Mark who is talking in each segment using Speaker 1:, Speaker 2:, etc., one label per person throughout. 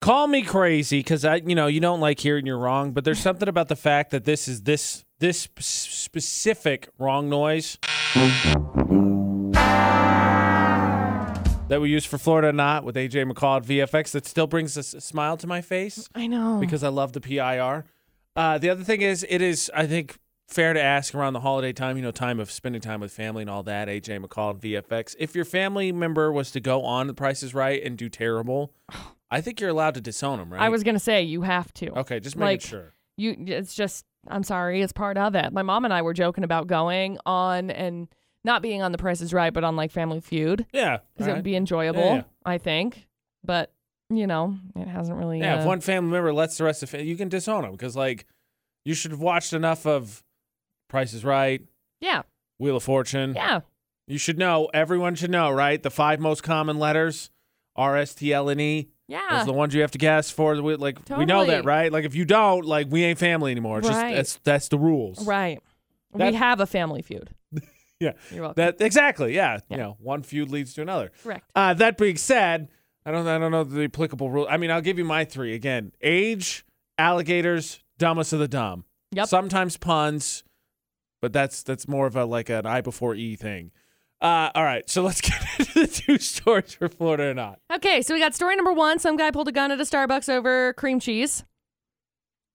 Speaker 1: call me crazy because I, you know, you don't like hearing you're wrong, but there's something about the fact that this is this this sp- specific wrong noise that we use for Florida or not with AJ McCall at VFX that still brings a s- smile to my face
Speaker 2: I know.
Speaker 1: because I love the PIR. Uh, the other thing is, it is I think fair to ask around the holiday time, you know, time of spending time with family and all that. AJ McCall and VFX. If your family member was to go on The Price Is Right and do terrible, I think you're allowed to disown them, right? Oh.
Speaker 2: I was gonna say you have to.
Speaker 1: okay. Just making
Speaker 2: like,
Speaker 1: sure.
Speaker 2: You. It's just. I'm sorry. It's part of it. My mom and I were joking about going on and not being on The Price Is Right, but on like Family Feud
Speaker 1: Yeah.
Speaker 2: because
Speaker 1: all
Speaker 2: it
Speaker 1: right.
Speaker 2: would be enjoyable.
Speaker 1: Yeah, yeah.
Speaker 2: I think, but you know, it hasn't really.
Speaker 1: yeah.
Speaker 2: uh,
Speaker 1: If one family member lets the rest of fa- you can disown them because like you should have watched enough of Price Is Right,
Speaker 2: yeah.
Speaker 1: Wheel of Fortune.
Speaker 2: Yeah.
Speaker 1: You should know. Everyone should know, right? The five most common letters: R, S, T, L, and E.
Speaker 2: Yeah.
Speaker 1: Those are the ones you have to guess for. the- Like we know that,
Speaker 2: Totally.
Speaker 1: right? Like if you don't, like we ain't family anymore. It's
Speaker 2: Right.
Speaker 1: just that's that's the rules.
Speaker 2: Right.
Speaker 1: That-
Speaker 2: we have a Family Feud.
Speaker 1: Yeah.
Speaker 2: You're welcome.
Speaker 1: That exactly. Yeah.
Speaker 2: Yeah.
Speaker 1: You know, one feud leads to another.
Speaker 2: Correct.
Speaker 1: Uh, that being said, I don't I don't know the applicable rule. I mean, I'll give you my three again: age, alligators, dumbest of the dumb.
Speaker 2: Yep.
Speaker 1: Sometimes puns, but that's that's more of a like an I before E thing. Uh, all right, so let's get into the two stories for Florida or not.
Speaker 2: Okay, so we got story number one. Some guy pulled a gun at a Starbucks over cream cheese.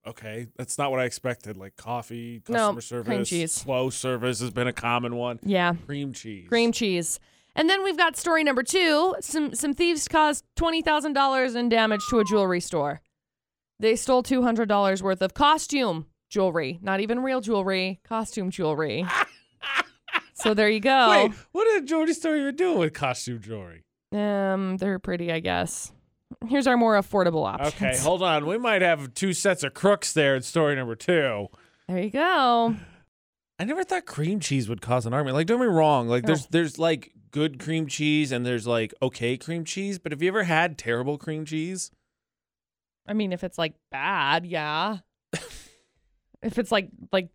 Speaker 1: Okay, that's not what I expected. Like coffee,
Speaker 2: No,
Speaker 1: customer
Speaker 2: cream
Speaker 1: service,
Speaker 2: cheese.
Speaker 1: slow service has been a common one.
Speaker 2: Yeah.
Speaker 1: Cream cheese.
Speaker 2: cream cheese. And then we've got story number two. Some some thieves caused twenty thousand dollars in damage to a jewelry store. They stole two hundred dollars worth of costume jewelry, not even real jewelry, costume jewelry. so there you go.
Speaker 1: Wait, what did Jordy Story even do with costume jewelry?
Speaker 2: Um, they're pretty, I guess. Here's our more affordable options.
Speaker 1: Okay, hold on. We might have two sets of crooks there in story number two.
Speaker 2: there you go.
Speaker 1: I never thought cream cheese would cause an argument. Like, don't get me wrong. Like,
Speaker 2: Oh.
Speaker 1: there's there's like good cream cheese and there's like okay cream cheese. But have you ever had terrible cream cheese?
Speaker 2: I mean, if it's like bad, yeah. if it's like like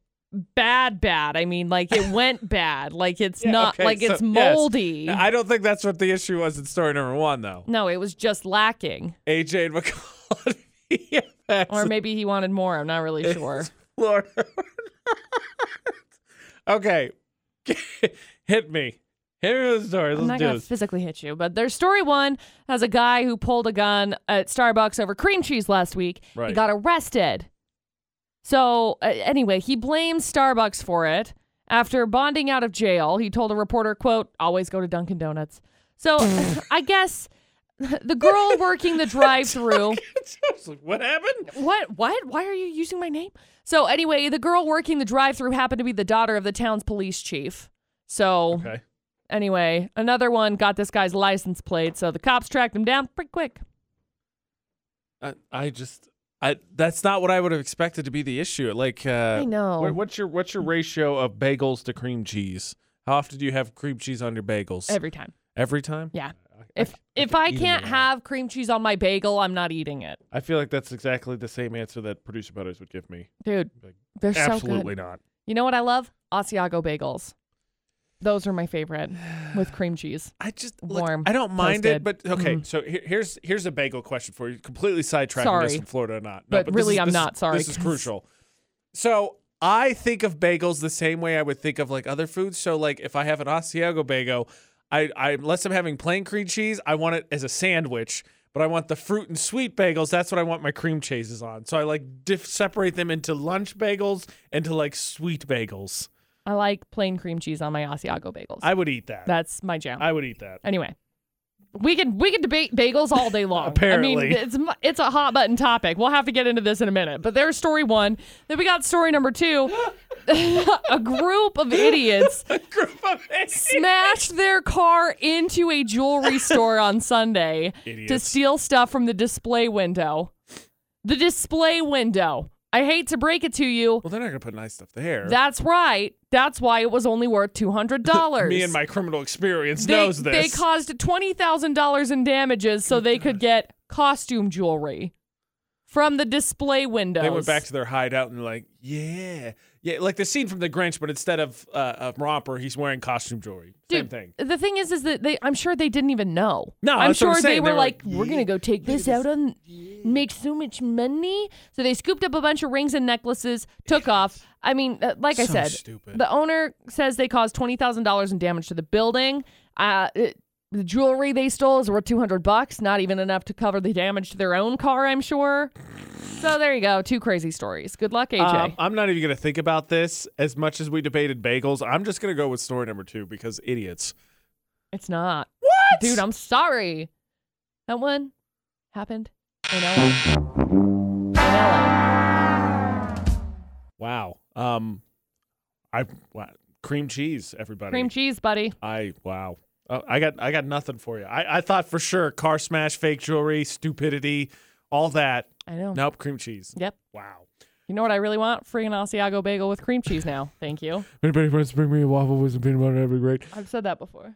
Speaker 2: bad, bad. I mean, like it went bad. Like it's
Speaker 1: Yeah,
Speaker 2: not
Speaker 1: okay,
Speaker 2: like
Speaker 1: so-
Speaker 2: it's
Speaker 1: yes.
Speaker 2: moldy.
Speaker 1: I don't think that's what the issue was in story number one, though.
Speaker 2: No, it was just lacking.
Speaker 1: AJ and McCall. VFX.
Speaker 2: Or maybe he wanted more. I'm not really sure.
Speaker 1: Lord. okay. Hit me. Hit me with the story.
Speaker 2: I'm
Speaker 1: Let's
Speaker 2: not
Speaker 1: do
Speaker 2: going to
Speaker 1: this.
Speaker 2: physically hit you. But there's story one has a guy who pulled a gun at Starbucks over cream cheese last week.
Speaker 1: Right.
Speaker 2: He got arrested. So, uh, anyway, he blames Starbucks for it. After bonding out of jail, he told a reporter, quote, always go to Dunkin' Donuts. So, I guess the girl working the drive through
Speaker 1: I was like, what happened?
Speaker 2: What? What? Why are you using my name? So anyway, the girl working the drive-through happened to be the daughter of the town's police chief. So
Speaker 1: Okay.
Speaker 2: anyway, another one got this guy's license plate, so the cops tracked him down pretty quick.
Speaker 1: I, I just I that's not what I would have expected to be the issue. Like uh
Speaker 2: I know.
Speaker 1: what- what's your what's your ratio of bagels to cream cheese? How often do you have cream cheese on your bagels?
Speaker 2: Every time,
Speaker 1: Every time?
Speaker 2: yeah.
Speaker 1: I- I
Speaker 2: If
Speaker 1: c-
Speaker 2: if
Speaker 1: could
Speaker 2: I
Speaker 1: eat 'em
Speaker 2: can't
Speaker 1: alive.
Speaker 2: have cream cheese on my bagel, I'm not eating it,
Speaker 1: I feel like that's exactly the same answer that producer Butters would give me.
Speaker 2: dude.
Speaker 1: Like,
Speaker 2: They're so
Speaker 1: Absolutely
Speaker 2: good.
Speaker 1: not.
Speaker 2: You know what I love? Asiago bagels. Those are my favorite with cream cheese.
Speaker 1: I just look,
Speaker 2: Warm, Mm-hmm.
Speaker 1: I don't mind it,
Speaker 2: toasted.
Speaker 1: but okay. So here, here's here's a bagel question for you. Completely sidetracking this
Speaker 2: Sorry.
Speaker 1: from Florida or not?
Speaker 2: But
Speaker 1: this
Speaker 2: really,
Speaker 1: is-
Speaker 2: I'm
Speaker 1: this is-
Speaker 2: not sorry,
Speaker 1: This is
Speaker 2: 'cause-
Speaker 1: crucial. So I think of bagels the same way I would think of like other foods. So like if I have an Asiago bagel, I, I unless I'm having plain cream cheese, I want it as a sandwich. But I want the fruit and sweet bagels. That's what I want my cream cheeses on. So I like diff- separate them into lunch bagels and to like sweet bagels.
Speaker 2: I like plain cream cheese on my Asiago bagels.
Speaker 1: I would eat that.
Speaker 2: That's my jam.
Speaker 1: I would eat that.
Speaker 2: Anyway, we can we can debate bagels all day long. I
Speaker 1: Apparently.
Speaker 2: mean, it's mu- it's a hot button topic. We'll have to get into this in a minute. But there's story one. Then we got story number two. a group of idiots
Speaker 1: Group of idiots.
Speaker 2: smashed their car into a jewelry store on Sunday to
Speaker 1: Idiots.
Speaker 2: steal stuff from the display window. The display window. I hate to break it to you.
Speaker 1: Well, they're not gonna put nice stuff there.
Speaker 2: That's right. That's why it was only worth two hundred dollars.
Speaker 1: Me and my criminal experience
Speaker 2: they,
Speaker 1: knows
Speaker 2: they
Speaker 1: this.
Speaker 2: caused twenty thousand dollars in damages so they could get costume jewelry from the display windows.
Speaker 1: They went back to their hideout and were like, yeah, yeah, like the scene from The Grinch, but instead of uh, of romper, he's wearing costume jewelry. Same
Speaker 2: Dude,
Speaker 1: thing.
Speaker 2: The thing is, is that they, I'm sure they didn't even know.
Speaker 1: No,
Speaker 2: I'm
Speaker 1: that's what
Speaker 2: sure
Speaker 1: I'm
Speaker 2: they
Speaker 1: saying.
Speaker 2: were
Speaker 1: They were
Speaker 2: like,
Speaker 1: like,
Speaker 2: we're going to go take this out on, make so much money. So they scooped up a bunch of rings and necklaces, took off. I mean, uh, like I
Speaker 1: So
Speaker 2: said,
Speaker 1: stupid.
Speaker 2: the owner says they caused $20,000 in damage to the building. Uh, it- the jewelry they stole is worth 200 bucks, not even enough to cover the damage to their own car, I'm sure. So there you go. Two crazy stories. Good luck, AJ.
Speaker 1: Um, I'm not even going to think about this as much as we debated bagels. I'm just going to go with story number two because idiots.
Speaker 2: It's not.
Speaker 1: What?
Speaker 2: Dude, I'm sorry. That one happened in LA. In LA.
Speaker 1: Wow. Um, I wow. cream cheese, everybody.
Speaker 2: Cream cheese, buddy.
Speaker 1: I wow. Uh, I got I got nothing for you. I, I thought for sure car smash, fake jewelry, stupidity, all that.
Speaker 2: I know.
Speaker 1: Nope, cream cheese.
Speaker 2: Yep.
Speaker 1: Wow.
Speaker 2: You know what I really want? Free an Asiago bagel with cream cheese now. Thank you.
Speaker 1: Anybody wants to bring me a waffle with some peanut butter? That'd be great.
Speaker 2: I've said that before.